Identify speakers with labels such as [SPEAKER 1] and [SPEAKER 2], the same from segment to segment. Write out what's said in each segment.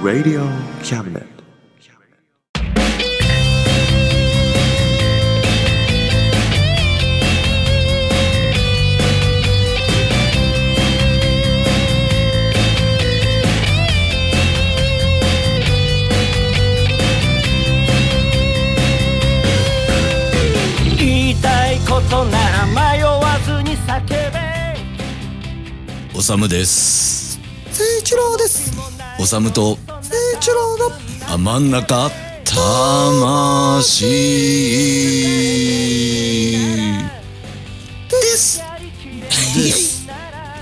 [SPEAKER 1] Radio Cabinet.
[SPEAKER 2] 言いたいことなら迷わずに叫べ
[SPEAKER 3] おさむです
[SPEAKER 4] 聖一郎です
[SPEAKER 3] おさむと
[SPEAKER 4] 聖一郎の
[SPEAKER 3] あ真ん中魂
[SPEAKER 4] です
[SPEAKER 3] です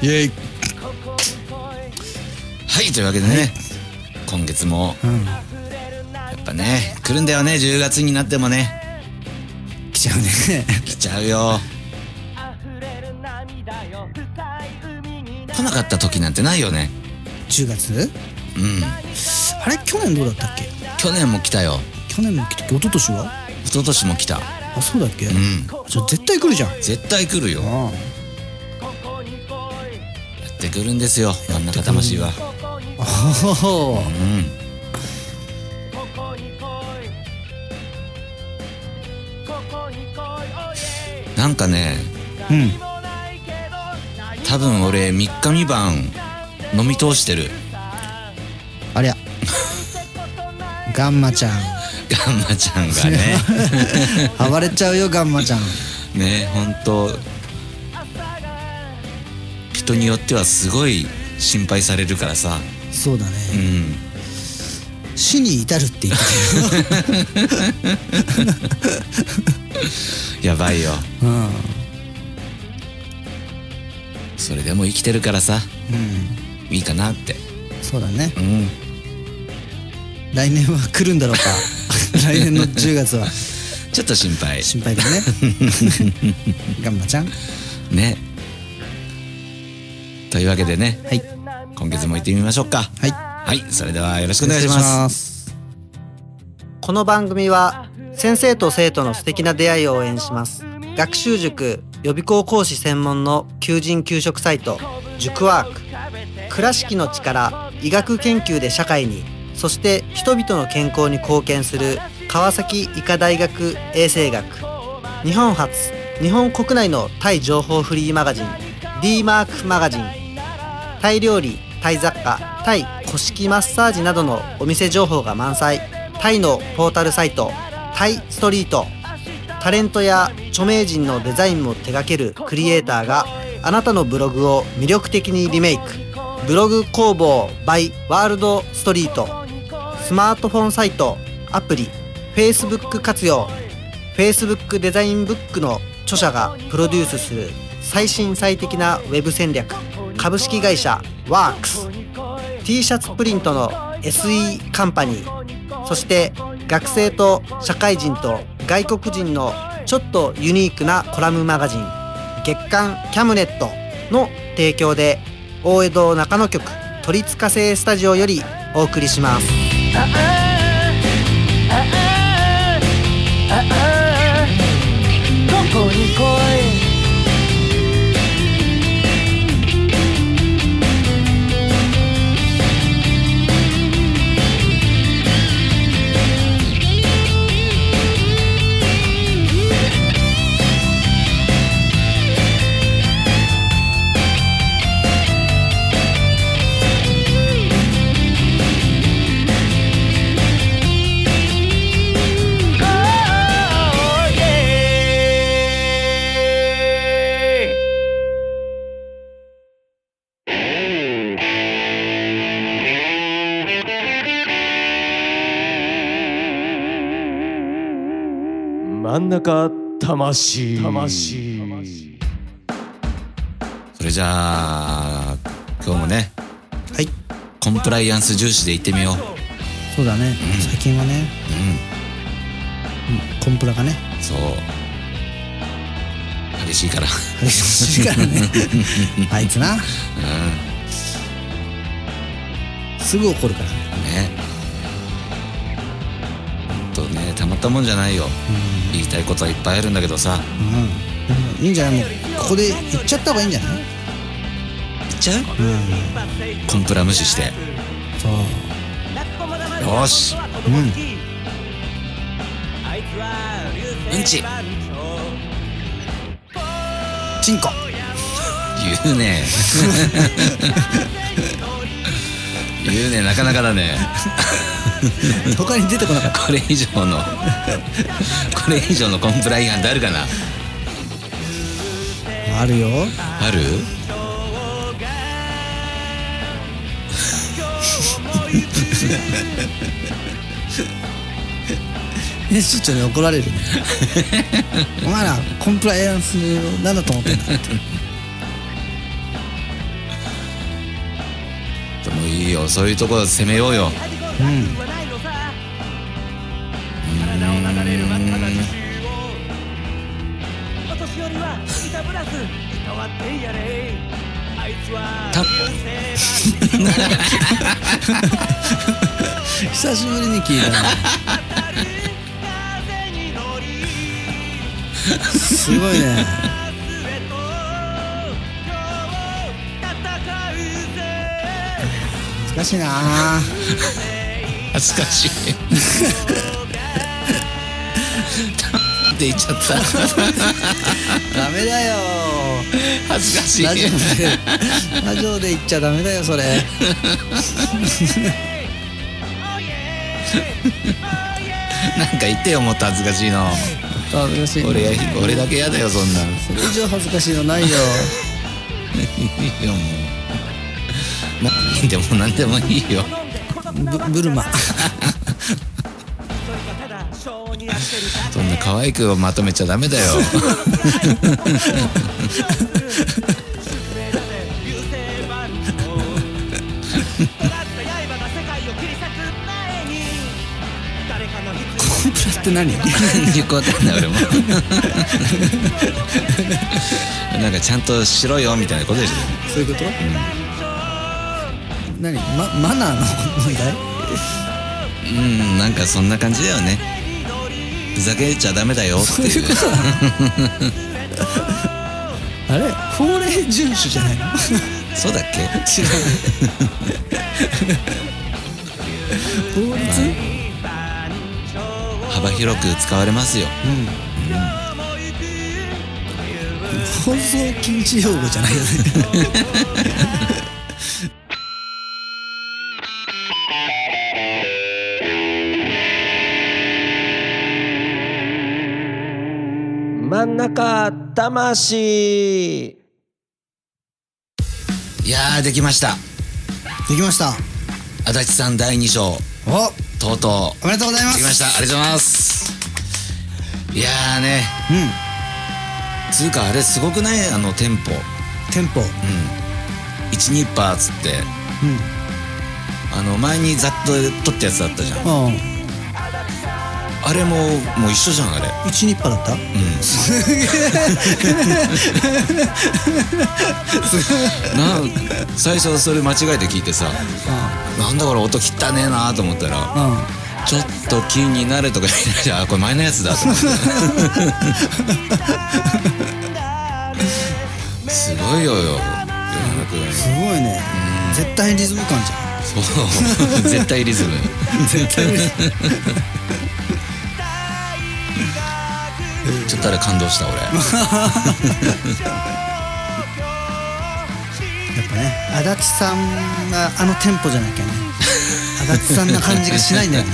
[SPEAKER 3] イェイはいというわけでね、今月も、やっぱね来るんだよね10月になってもね
[SPEAKER 4] 来ちゃう ね
[SPEAKER 3] 来ちゃうよ来なかった時なんてないよね
[SPEAKER 4] 10月
[SPEAKER 3] うん
[SPEAKER 4] あれ去年どうだったっけ
[SPEAKER 3] 去年も来たよ
[SPEAKER 4] 去年も来たっけ一昨年は
[SPEAKER 3] 一昨年も来た
[SPEAKER 4] あそうだっけ、
[SPEAKER 3] うん
[SPEAKER 4] じゃあ絶対来るじゃん
[SPEAKER 3] 絶対来るよや
[SPEAKER 4] あ
[SPEAKER 3] ってくるんですよ真ん中魂は
[SPEAKER 4] ああ
[SPEAKER 3] うんなんかね
[SPEAKER 4] うん
[SPEAKER 3] 多分俺3日3晩飲み通してる
[SPEAKER 4] ありゃガンマちゃん
[SPEAKER 3] ガンマちゃんがね
[SPEAKER 4] 暴れちゃうよガンマちゃん
[SPEAKER 3] ねほんと人によってはすごい心配されるからさ
[SPEAKER 4] そうだね、
[SPEAKER 3] うん
[SPEAKER 4] 死に至るって言って
[SPEAKER 3] やばいよ
[SPEAKER 4] たようん
[SPEAKER 3] それでも生きてるからさ
[SPEAKER 4] う
[SPEAKER 3] いいかなって
[SPEAKER 4] んそうだね
[SPEAKER 3] うん
[SPEAKER 4] 来年は来るんだ ろうか来年の10月は
[SPEAKER 3] ちょっと心配
[SPEAKER 4] 心配だ ねガンマちゃん
[SPEAKER 3] ねというわけでね、
[SPEAKER 4] はい
[SPEAKER 3] 今月も行ってみましょうか
[SPEAKER 4] はい
[SPEAKER 3] はいそれではよろしくお願いします
[SPEAKER 4] す
[SPEAKER 5] この番組は先生と生徒の素敵な出会いを応援します学習塾予備校講師専門の求人・求職サイト塾ワーク倉敷の力医学研究で社会にそして人々の健康に貢献する川崎医科大学衛生学日本初日本国内のタイ情報フリーマガジン d マークマガジンタイ料理タイ雑貨タイ古式マッサージなどのお店情報が満載タイのポータルサイトタイストリートタレントや著名人のデザインも手掛けるクリエイターがあなたのブログを魅力的にリメイクブログ工房 by ワールドストリートスマートフォンサイトアプリ Facebook 活用 Facebook デザインブックの著者がプロデュースする最新最適なウェブ戦略株式会社 WORKS t シャツプリントの SE カンパニーそして学生と社会人と外国人のちょっとユニークなコラムマガジン月刊キャムネットの提供で大江戸中野局鳥塚製スタジオよりお送りします
[SPEAKER 2] どこに来い
[SPEAKER 6] 真ん中魂魂
[SPEAKER 3] それじゃあ今日もね
[SPEAKER 4] はい
[SPEAKER 3] コンプライアンス重視で行ってみよう
[SPEAKER 4] そうだね、
[SPEAKER 3] うん
[SPEAKER 4] 最近はね、
[SPEAKER 3] う
[SPEAKER 4] うんコンプラがね
[SPEAKER 3] んそう激しいから
[SPEAKER 4] 激しいからねあいつな
[SPEAKER 3] う
[SPEAKER 4] すぐ怒るからね、
[SPEAKER 3] んねほんとねたまったもんじゃないよ言いたいことはいっぱいあるんだけどさ
[SPEAKER 4] うんうん、いいんじゃないもうここで言っちゃった方がいいんじゃない
[SPEAKER 3] 言っっちゃう
[SPEAKER 4] うん
[SPEAKER 3] コンプラ無視して
[SPEAKER 4] そう
[SPEAKER 3] よし
[SPEAKER 4] うん
[SPEAKER 3] うんち
[SPEAKER 4] チンコ
[SPEAKER 3] 言うね言うねなかなかだね
[SPEAKER 4] 他に出てこなかった
[SPEAKER 3] これ以上のこれ以上のコンプライアンスあるかな
[SPEAKER 4] あるよ
[SPEAKER 3] ある
[SPEAKER 4] 編集長に怒られるねお前らコンプライアンスなんだと思ってんだって
[SPEAKER 3] でもいいよそういうところ攻めようよ
[SPEAKER 4] うん
[SPEAKER 3] タッ
[SPEAKER 4] 久しぶりに聞いたなすごいね難しいな
[SPEAKER 3] 恥ずかしいタッって言っちゃった
[SPEAKER 4] ダメだよ
[SPEAKER 3] 恥ずかしい
[SPEAKER 4] ラジオでラジオで言っちゃダメだよそれ
[SPEAKER 3] なんか言ってよもっと恥ずかしいの
[SPEAKER 4] 恥ずかしい
[SPEAKER 3] 俺や俺だけ嫌だよそんなん
[SPEAKER 4] それ以上恥ずかしいのないよ
[SPEAKER 3] いいよもう何でも何でもいいよ
[SPEAKER 4] ブブルマ
[SPEAKER 3] そんな可愛くをまとめちゃダメだよ
[SPEAKER 4] コンプラ って何
[SPEAKER 3] よくわかんない俺もなんかちゃんとしろよみたいなことでしょ
[SPEAKER 4] そういうこと、何ママナーの問題
[SPEAKER 3] うんなんかそんな感じだよねふざけちゃダメだよっていう
[SPEAKER 4] あれ法令遵守じゃないの
[SPEAKER 3] そうだっけ
[SPEAKER 4] 法律、
[SPEAKER 3] 幅広く使われます よ
[SPEAKER 4] 放送禁止用語じゃないよね
[SPEAKER 6] 真ん中魂
[SPEAKER 3] いやーできました
[SPEAKER 4] できました
[SPEAKER 3] 足立さん第2章
[SPEAKER 4] お
[SPEAKER 3] とうと
[SPEAKER 4] おめでとうございま
[SPEAKER 3] う
[SPEAKER 4] す
[SPEAKER 3] できましたありがとうございますいやーね
[SPEAKER 4] うん
[SPEAKER 3] つうかあれすごくないあのテンポ
[SPEAKER 4] テンポ
[SPEAKER 3] 12パーつって
[SPEAKER 4] うん
[SPEAKER 3] あの前にざっと撮ったやつだったじゃん
[SPEAKER 4] あ
[SPEAKER 3] あれももう一緒じゃんあれ
[SPEAKER 4] あ一ニッパだった
[SPEAKER 3] うん
[SPEAKER 4] すげえ
[SPEAKER 3] な最初それ間違えて聞いて さなんだこれ音汚ねえなと思ったら
[SPEAKER 4] うんうん
[SPEAKER 3] ちょっと気になるとか言いながらあこれ前のやつだと思って すごいよよ
[SPEAKER 4] すごいね絶対リズム感じゃん
[SPEAKER 3] そう絶対リズム
[SPEAKER 4] 絶対リズム
[SPEAKER 3] ちょっとあれ感動した俺
[SPEAKER 4] やっぱね足立さんがあのテンポじゃな きゃね足立さんな感じがしないんだよね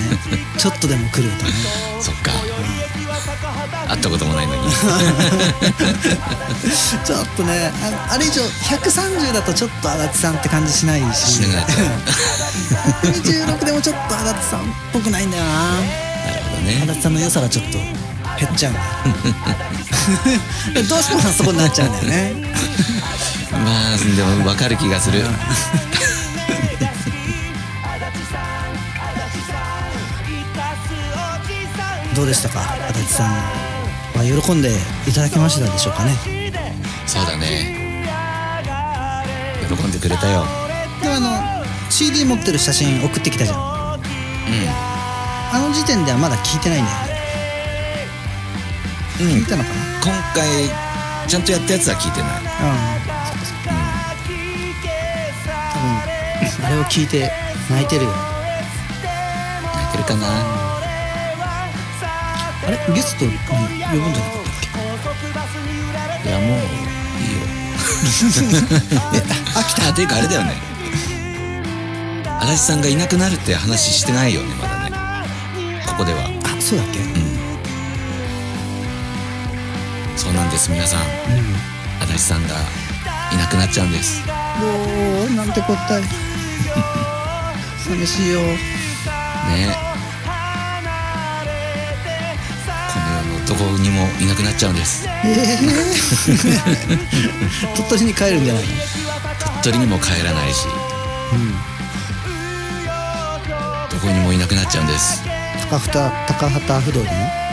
[SPEAKER 4] ちょっとでも来るとね
[SPEAKER 3] そっか会ったこともないのに
[SPEAKER 4] ちょっとねああれ以上130だとちょっと足立さんって感じしないし
[SPEAKER 3] しなくなっちゃう
[SPEAKER 4] 26でもちょっと足立さんっぽくないんだよな
[SPEAKER 3] なるほど
[SPEAKER 4] 足
[SPEAKER 3] ね
[SPEAKER 4] 立さんの良さがちょっと減っちゃうんだ よどうしてもそこになっちゃうんだよね
[SPEAKER 3] まあでも分かる気がする
[SPEAKER 4] どうでしたか足立さんは喜んでいただけましたでしょうかね
[SPEAKER 3] そうだね喜んでくれたよ
[SPEAKER 4] でもあの CD 持ってる写真送ってきたじゃんあの時点ではまだ聞いてないんだよね
[SPEAKER 3] うん、うん
[SPEAKER 4] 聞い、たのか
[SPEAKER 3] 今回ちゃんとやったやつは聞いてない
[SPEAKER 4] なうんあれを聞いて泣いてるよ
[SPEAKER 3] 泣いてるかな
[SPEAKER 4] あれゲストに呼ぶんじゃなかったっ
[SPEAKER 3] いやも ういいよえ飽きたっていうかあれだよね足立さんがいなくなるって話してないよねまだねここでは
[SPEAKER 4] けあそうだっけ
[SPEAKER 3] そうなんです皆さん、足立さんがいなくなっちゃうんです
[SPEAKER 4] おーなんてこったい寂しいよ
[SPEAKER 3] ねこの世のどこにもいなくなっちゃうんです
[SPEAKER 4] えー鳥取に帰るんじゃないの
[SPEAKER 3] 鳥取にも帰らないし、どこにもいなくなっちゃうんです
[SPEAKER 4] 高畑高畑不動でね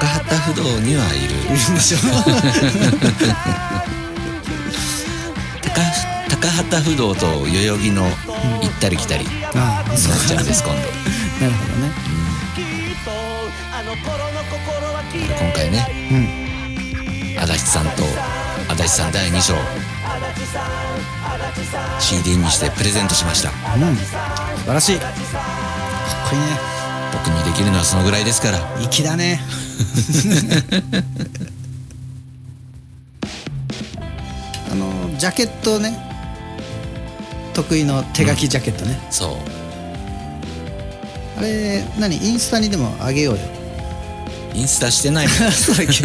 [SPEAKER 3] 高畑不動にはいるでしょ高高畑不動と代々木の行ったり来たりになっ
[SPEAKER 4] ああそう
[SPEAKER 3] ちゃうんです今度
[SPEAKER 4] なるほどね
[SPEAKER 3] 今回ね
[SPEAKER 4] うん
[SPEAKER 3] 足立さんと足立さん第2章 CD にしてプレゼントしました
[SPEAKER 4] うん素晴らしいかっこいいね
[SPEAKER 3] 僕にできるのはそのぐらいですから
[SPEAKER 4] 粋だね あのジャケットね得意の手書きジャケットね、
[SPEAKER 3] そう
[SPEAKER 4] あれ何インスタにでもあげようよ
[SPEAKER 3] インスタしてない もん
[SPEAKER 4] そうだっけ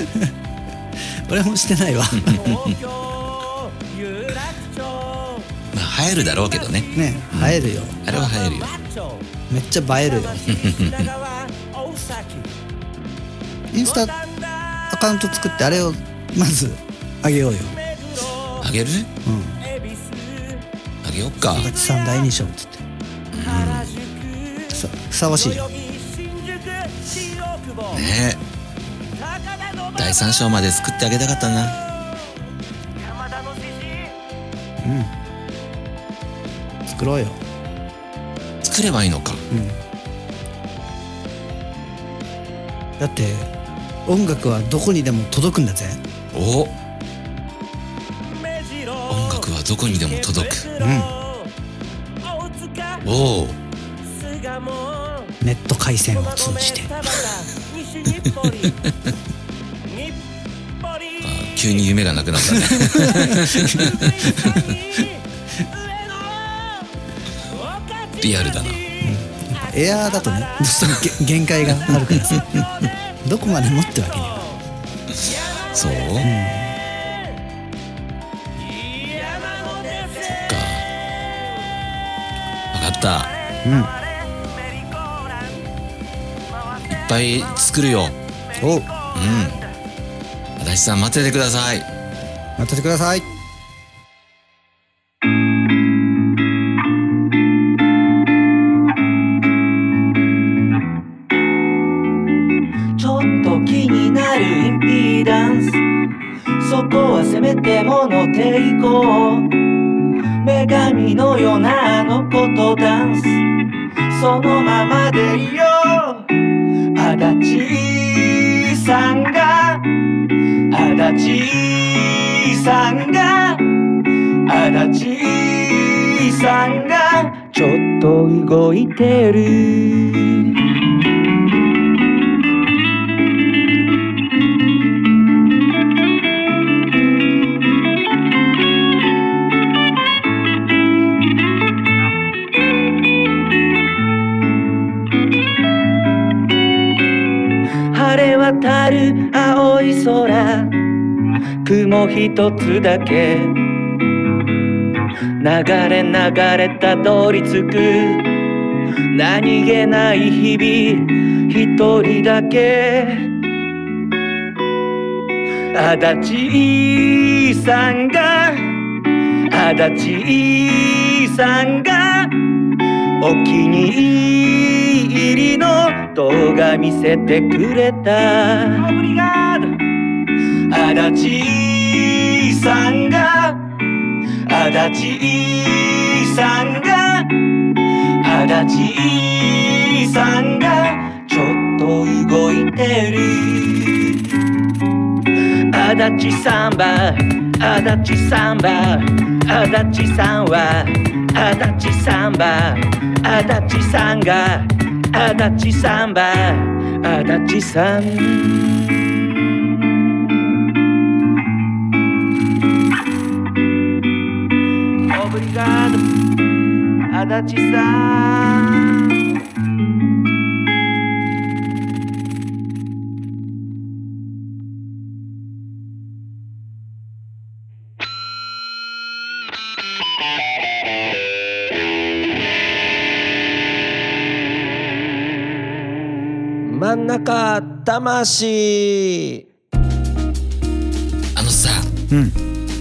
[SPEAKER 4] 俺もしてないわ
[SPEAKER 3] まあ映えるだろうけどね
[SPEAKER 4] ね映えるよ
[SPEAKER 3] あれは映えるよ
[SPEAKER 4] めっちゃ映えるよインスタアカウント作ってあれをまずあげようよ
[SPEAKER 3] あげる
[SPEAKER 4] うん
[SPEAKER 3] あげよっか
[SPEAKER 4] 足立さん第二章っつって、さふさわしいじゃん
[SPEAKER 3] ねえ第3章まで作ってあげたかったな
[SPEAKER 4] 作ろうよ
[SPEAKER 3] 作ればいいのか
[SPEAKER 4] だって音楽はどこにでも届くんだぜ
[SPEAKER 3] お音楽はどこにでも届くおお
[SPEAKER 4] ネット回線を通じ て
[SPEAKER 3] 急 に夢がなくなったねリアルだな
[SPEAKER 4] エアーだとねどうしても げ限界がある か らさどこまでもってわけには
[SPEAKER 3] そう、そっか分かったうんいっぱい作るよ
[SPEAKER 4] おう
[SPEAKER 3] 足立さん待っててください
[SPEAKER 4] 待っててください
[SPEAKER 6] ちょっと気になるインピーダンスそこはせめてもの抵抗女神のようなあの子とダンスそのままでいいよ足立さんが足立さんが足立さんがちょっと動いてる晴れ渡る青い空雲一つだけ流れ流れたどり着く何気ない日々一人だけ足立さんが足立さんがお気に入りの動画見せてくれた足立さんが足立さんが足立さんがちょっと動いてる足
[SPEAKER 2] 足立サンバ足立サンバ足立さんは足立サンバ足立さんが足立サンバ足立さんオブリガード足立さん
[SPEAKER 6] 真ん中魂
[SPEAKER 3] あのさ
[SPEAKER 4] うん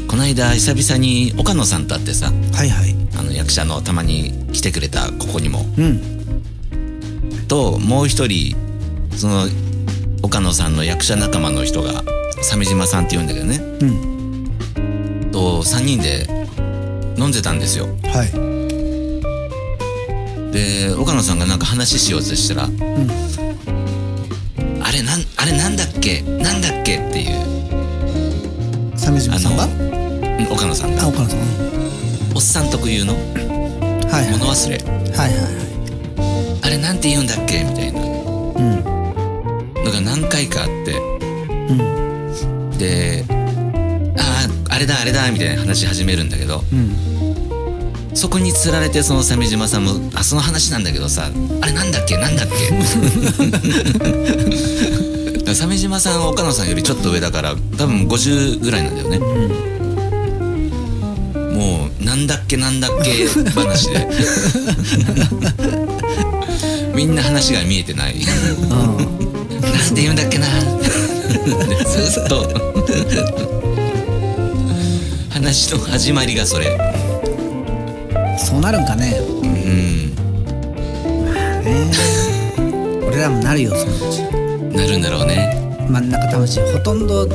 [SPEAKER 3] この間久々に岡野さんと会ってさ
[SPEAKER 4] はいはい
[SPEAKER 3] あの役者のたまに来てくれたここにも
[SPEAKER 4] うん
[SPEAKER 3] ともう一人その岡野さんの役者仲間の人が鮫島さんって言うんだけどね
[SPEAKER 4] うん
[SPEAKER 3] と3人で飲んでたんですよ
[SPEAKER 4] はい
[SPEAKER 3] で岡野さんがなんか話しようとしたら「あれなんあれなんだっけなんだっけ?」っていう
[SPEAKER 4] 鮫島
[SPEAKER 3] あ
[SPEAKER 4] さんが
[SPEAKER 3] のうん岡野さん
[SPEAKER 4] あ
[SPEAKER 3] が
[SPEAKER 4] 岡野さんうん
[SPEAKER 3] おっさん特有の
[SPEAKER 4] はいはい
[SPEAKER 3] 物忘れ
[SPEAKER 4] はいはい
[SPEAKER 3] 「あれなんて言うんだっけ?」みたいな
[SPEAKER 4] は
[SPEAKER 3] のが何回かあって。
[SPEAKER 4] いうんうん
[SPEAKER 3] で「あああれだあれだ」みたいな話し始めるんだけど
[SPEAKER 4] うん
[SPEAKER 3] そこにつられてその鮫島さんも「あその話なんだけどさあれなんだっけなんだっけ」 だから鮫島さんは岡野さんよりちょっと上だから多分50ぐらいなんだよね。もうなんだっけなんだっけ話でみんな話が見えてないなんて言うんだっけなでずっと話の始まりがそれ
[SPEAKER 4] そうなるんかね
[SPEAKER 3] うん
[SPEAKER 4] ね 俺らもなるよそのうち
[SPEAKER 3] なるんだろうね
[SPEAKER 4] 真ん中魂ほとんど
[SPEAKER 3] な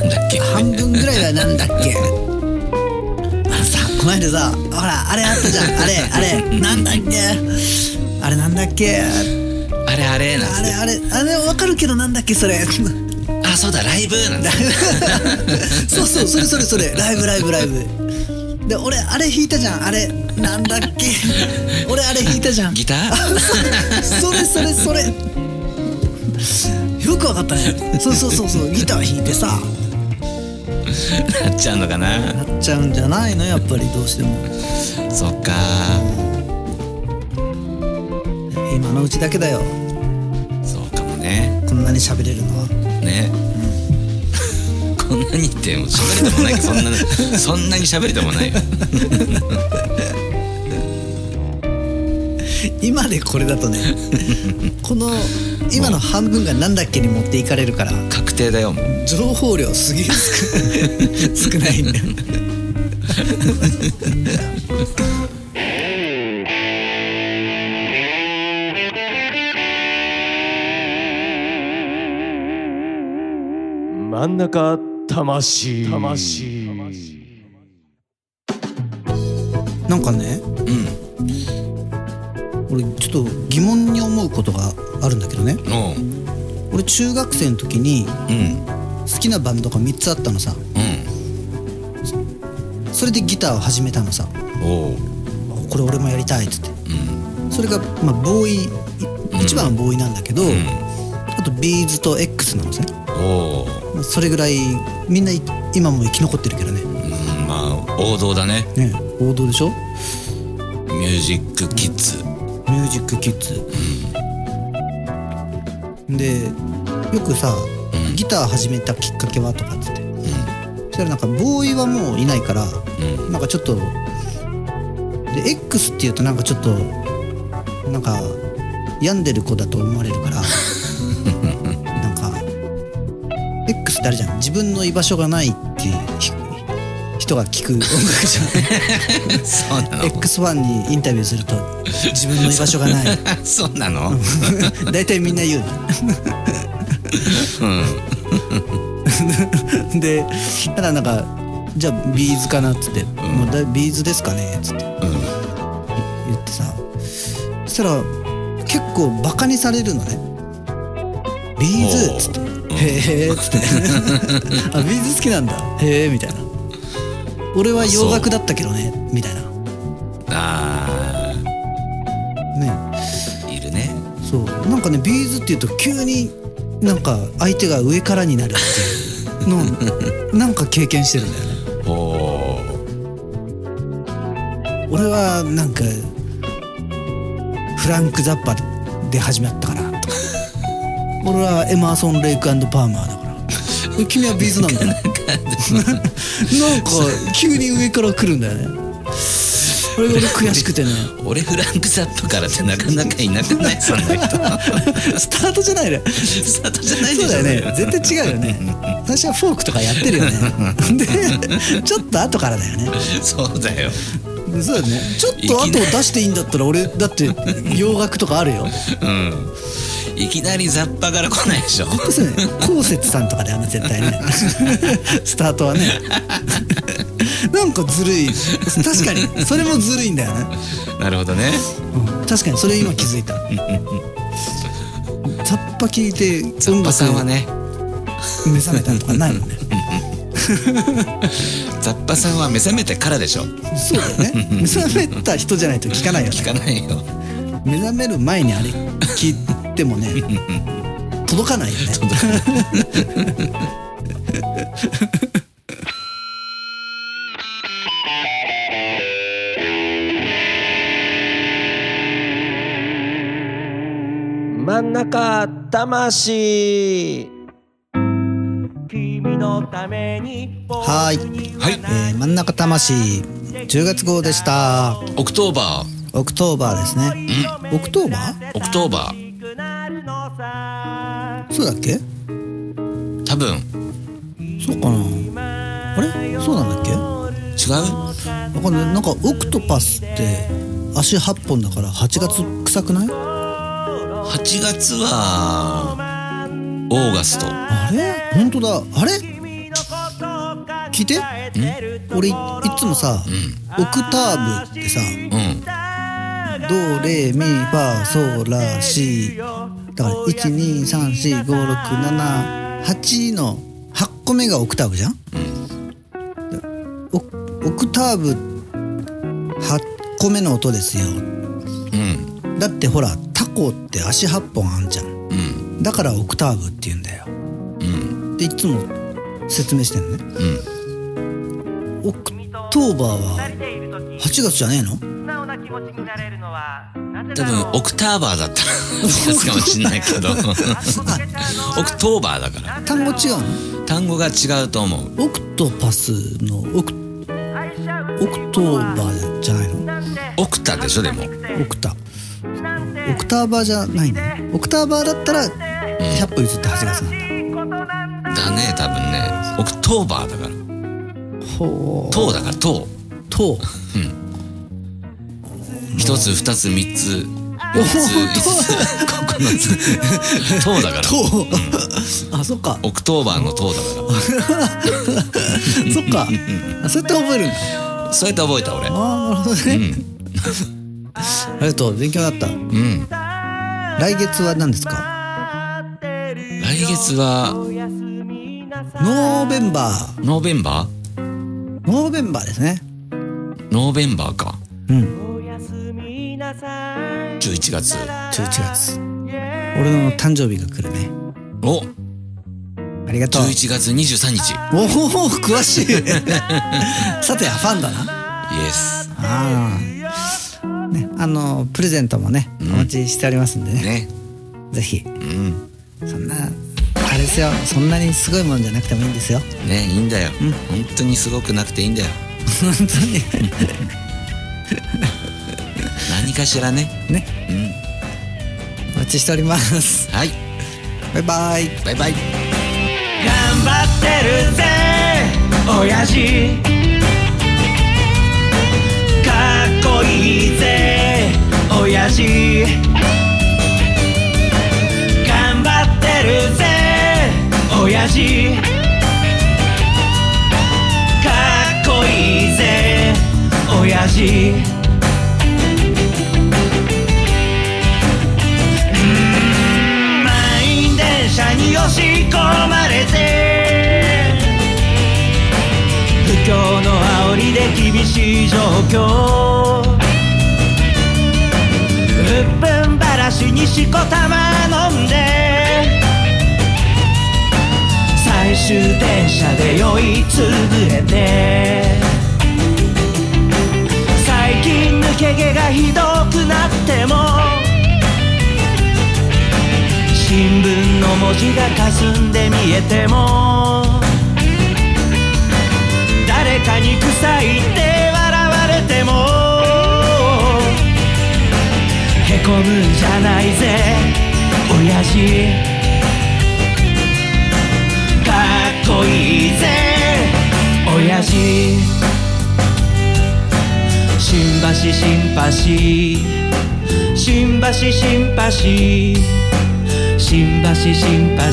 [SPEAKER 3] んだっけ
[SPEAKER 4] 半分ぐらいはなんだっけあのさこの間さほらあれあったじゃんあれあれなんだっけあれなんだっけ
[SPEAKER 3] あれあれなんつ
[SPEAKER 4] あ
[SPEAKER 3] っ
[SPEAKER 4] れあれあれわかるけどなんだっけそれ
[SPEAKER 3] てあそうだライブなんだ
[SPEAKER 4] そうそうそれそれそれライブライブライブで俺あれ弾いたじゃんあれなんだっけ俺あれ弾いたじゃん
[SPEAKER 3] ギター
[SPEAKER 4] それそれそれよくわかったねそうそうそうそうギター弾いてさ
[SPEAKER 3] なっちゃうのかな
[SPEAKER 4] なっちゃうんじゃないのやっぱりどうしても
[SPEAKER 3] そっか
[SPEAKER 4] 今のうちだけだよ
[SPEAKER 3] そうかもね
[SPEAKER 4] こんなに喋れるのは
[SPEAKER 3] ね、こんなにってもう喋れてもないけどそんなそんなに喋れてもないよ
[SPEAKER 4] 今でこれだとね この今の半分がなんだっけに持っていかれるから
[SPEAKER 3] 確定だよもう
[SPEAKER 4] 情報量すげえ 少少ないんだよ
[SPEAKER 6] 真ん中魂魂
[SPEAKER 4] なんかね
[SPEAKER 3] うん
[SPEAKER 4] 俺ちょっと疑問に思うことがあるんだけどね
[SPEAKER 3] もう
[SPEAKER 4] 俺中学生の時に
[SPEAKER 3] うん
[SPEAKER 4] 好きなバンドが3つあったのさ
[SPEAKER 3] う
[SPEAKER 4] それでギターを始めたのさ
[SPEAKER 3] んおう
[SPEAKER 4] これ俺もやりたいっつって
[SPEAKER 3] うん
[SPEAKER 4] それがまあボーイい一番はボーイなんだけど、
[SPEAKER 3] うん
[SPEAKER 4] あとビーズと X なのさ
[SPEAKER 3] おう
[SPEAKER 4] それぐらいみんない今も生き残ってるけどね
[SPEAKER 3] うんまあ王道だね
[SPEAKER 4] ね王道でしょ
[SPEAKER 3] ミュージックキッズ
[SPEAKER 4] ミュージックキッズ、でよくさ、ギター始めたきっかけはとかっつって、そしたらなんかボーイはもういないから、
[SPEAKER 3] う
[SPEAKER 4] なんかちょっとで X っていうとなんかちょっとなんか病んでる子だと思われるからなんか X ってあるじゃん自分の居場所がないってひ人が聞く音楽じゃん
[SPEAKER 3] そうな
[SPEAKER 4] X1 にインタビューすると自分の居場所がない
[SPEAKER 3] そうなの
[SPEAKER 4] 大体みんな言うの でただなんかじゃあビーズかなっつって「もうだビーズですかね」っつって、言ってさそしたら結構バカにされるのね「ビーズ」っつってへえっつって あビーズ好きなんだへえみたいな俺は洋楽だったけどねみたいな
[SPEAKER 3] あ
[SPEAKER 4] ね
[SPEAKER 3] ーいるね
[SPEAKER 4] そうなんかねビーズっていうと急になんか相手が上からになるっていうのをなんか経験してるんだよね
[SPEAKER 3] ほう
[SPEAKER 4] 俺はなんかフランク・ザッパで始まったからとか俺はエマーソン・レイクパーマーだからえ君はビーズなんだよ なんか急に上から来るんだよねこれ俺悔しくてね
[SPEAKER 3] 俺フランク・ザップからってなかなかいなくないそんな 人
[SPEAKER 4] スタートじゃないね
[SPEAKER 3] スタートじゃないでし
[SPEAKER 4] そ
[SPEAKER 3] ょ
[SPEAKER 4] うだよね絶対違うよね最初はフォークとかやっ てるよねでちょっと後からだよね
[SPEAKER 3] そうだよ
[SPEAKER 4] そうだよねちょっと後を出していいんだったら俺だって洋楽とかあるよ
[SPEAKER 3] うんいきなり雑把から来ないでしょ
[SPEAKER 4] そうね、こうせつさんとかだよね絶対 ねスタートはねなんかずるい確かにそれもずるいんだよね、
[SPEAKER 3] なるほどね
[SPEAKER 4] うん確かにそれ今気づいたザッパ聞いて
[SPEAKER 3] 雑
[SPEAKER 4] 音
[SPEAKER 3] 把さんは
[SPEAKER 4] 楽
[SPEAKER 3] ね
[SPEAKER 4] 目覚めたとかないもんね
[SPEAKER 3] 雑把さんは目覚めてからでしょ
[SPEAKER 4] そうだよね 目覚めた人じゃないと聞かないよね
[SPEAKER 3] 聞かないよ
[SPEAKER 4] 目覚める前にあれ聞いても ね届かないよね
[SPEAKER 6] 真ん中魂
[SPEAKER 2] 君のために
[SPEAKER 4] はい、
[SPEAKER 3] はい
[SPEAKER 4] えー真ん中魂10月号でした
[SPEAKER 3] オクトーバ
[SPEAKER 4] オクトーバーですねオクトーバー
[SPEAKER 3] ーオクトーバー
[SPEAKER 4] そうだっけ
[SPEAKER 3] 多分
[SPEAKER 4] そうかなあれそうなんだっけわ
[SPEAKER 3] 違う
[SPEAKER 4] かんないなんかオクトパスって足8本だから8月臭くない
[SPEAKER 3] 8月はオーガスト
[SPEAKER 4] あれ本当だあれ聞いて俺いいつもさ、オクターブってさ
[SPEAKER 3] うん
[SPEAKER 4] ドレミファソラシだから123456788の8個目がオクターブじゃん、おオクターブ8個目の音ですよ
[SPEAKER 3] うん
[SPEAKER 4] だってほらタコって足8本あんじゃん
[SPEAKER 3] うん
[SPEAKER 4] だからオクターブって言うんだよ
[SPEAKER 3] うん
[SPEAKER 4] でいつも説明してんのね
[SPEAKER 3] うん
[SPEAKER 4] オクトーバーは8月じゃねえの
[SPEAKER 3] 多分オクターバーだったら8月かもしんないけどオクトーバーだから
[SPEAKER 4] 単語違う
[SPEAKER 3] 単語が違うと思う
[SPEAKER 4] のオクトパスのオクオクトーバーじゃないの
[SPEAKER 3] オクタでしょでも
[SPEAKER 4] オクタオクターバーじゃないのオクターバーだったら100歩譲って8月なんだ
[SPEAKER 3] だね多分ねオクトーバーだから
[SPEAKER 4] ほ
[SPEAKER 3] トーだからト
[SPEAKER 4] うと
[SPEAKER 3] ー一つ二つ三つ四つ五つ九つトーだから
[SPEAKER 4] とあそっか
[SPEAKER 3] オクトーバーのトーだか
[SPEAKER 4] そっかあそうやって覚えるんだ
[SPEAKER 3] らそうやって覚えた俺
[SPEAKER 4] ああなるほどねありがとう勉強になっ
[SPEAKER 3] うん
[SPEAKER 4] た来月は何ですか
[SPEAKER 3] 来月は
[SPEAKER 4] ノーベンバー
[SPEAKER 3] ノーベンバ
[SPEAKER 4] ノーベンバーですね
[SPEAKER 3] ーノーベンバーか
[SPEAKER 4] うん
[SPEAKER 3] 11月
[SPEAKER 4] 11月俺の誕生日が来るね
[SPEAKER 3] お
[SPEAKER 4] ありがとう
[SPEAKER 3] 11月23日
[SPEAKER 4] おお詳しいさてファンだな
[SPEAKER 3] イエス
[SPEAKER 4] ああ、ね、あのプレゼントもね、お待ちしておりますんでね、
[SPEAKER 3] ね
[SPEAKER 4] ぜひ、
[SPEAKER 3] うん
[SPEAKER 4] そんな、あれですよ、そんなにすごいもんじゃなくてもいいんですよ。
[SPEAKER 3] ねいいんだよ、本当にすごくなくていいんだよ
[SPEAKER 4] 本当に、
[SPEAKER 3] 何かしらね
[SPEAKER 4] ね、
[SPEAKER 3] うん
[SPEAKER 4] お待ちしております。
[SPEAKER 3] はい
[SPEAKER 4] バイバイ。
[SPEAKER 3] バイバイ
[SPEAKER 2] 頑張ってるぜ親父かっこいいぜ親父頑張ってるぜ親父かっこいいぜ親父満員電車に押し込ましい状況うっぷんばらしにしこたま飲んで最終電車で酔いつぶれて最近抜け毛がひどくなっても新聞の文字が霞んで見えても誰かに臭いって笑われてもへこむんじゃないぜ親父かっこいいぜ親父新橋シンパシー新橋シンパシー新橋新橋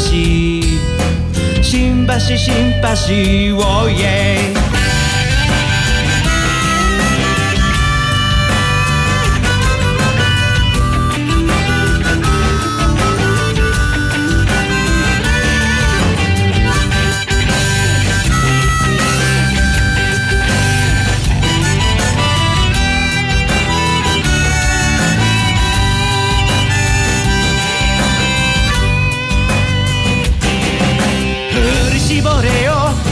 [SPEAKER 2] 新橋新橋おいえ振り絞れよ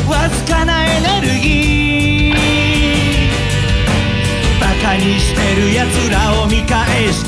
[SPEAKER 2] わずかなエネルギーバカにしてるやつらを見返し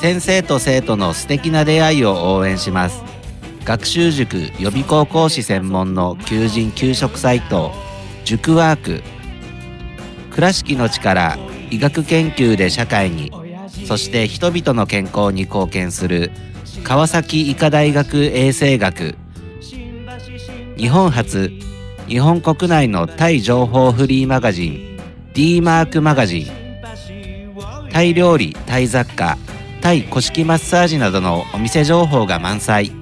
[SPEAKER 5] 先生と生徒の素敵な出会いを応援します学習塾予備校講師専門の求人・給食サイト塾ワーク倉敷の力医学研究で社会にそして人々の健康に貢献する川崎医科大学衛生学日本初日本国内のタイ情報フリーマガジン d マークマガジンタイ料理タイ雑貨タイ古式マッサージなどのお店情報が満載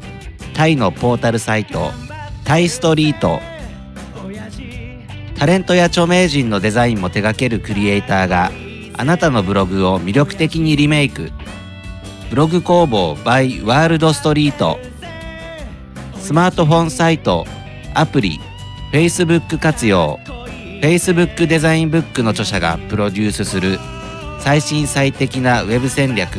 [SPEAKER 5] タイのポータルサイトタイストリートタレントや著名人のデザインも手掛けるクリエイターがあなたのブログを魅力的にリメイクブログ工房 by ワールドストリートスマートフォンサイトアプリ Facebook 活用 Facebook デザインブックの著者がプロデュースする最新最適なウェブ戦略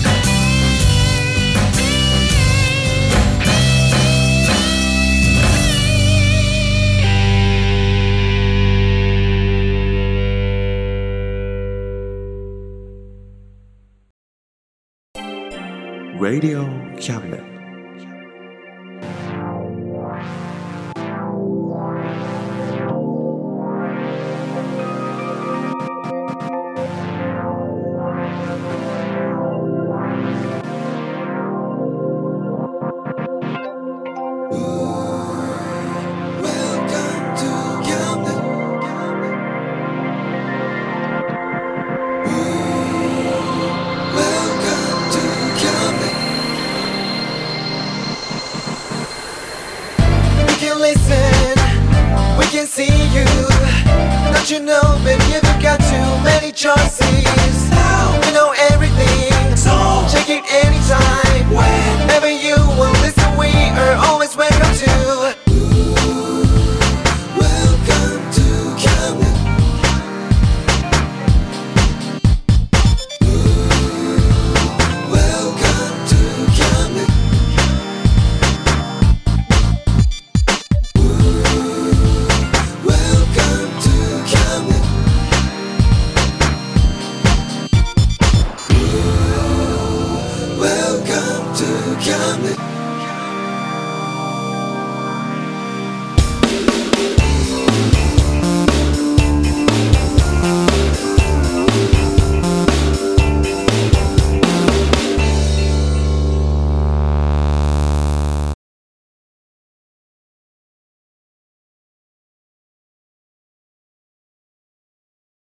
[SPEAKER 1] Radio Cabinet.
[SPEAKER 7] We can listen, we can see you. Don't you know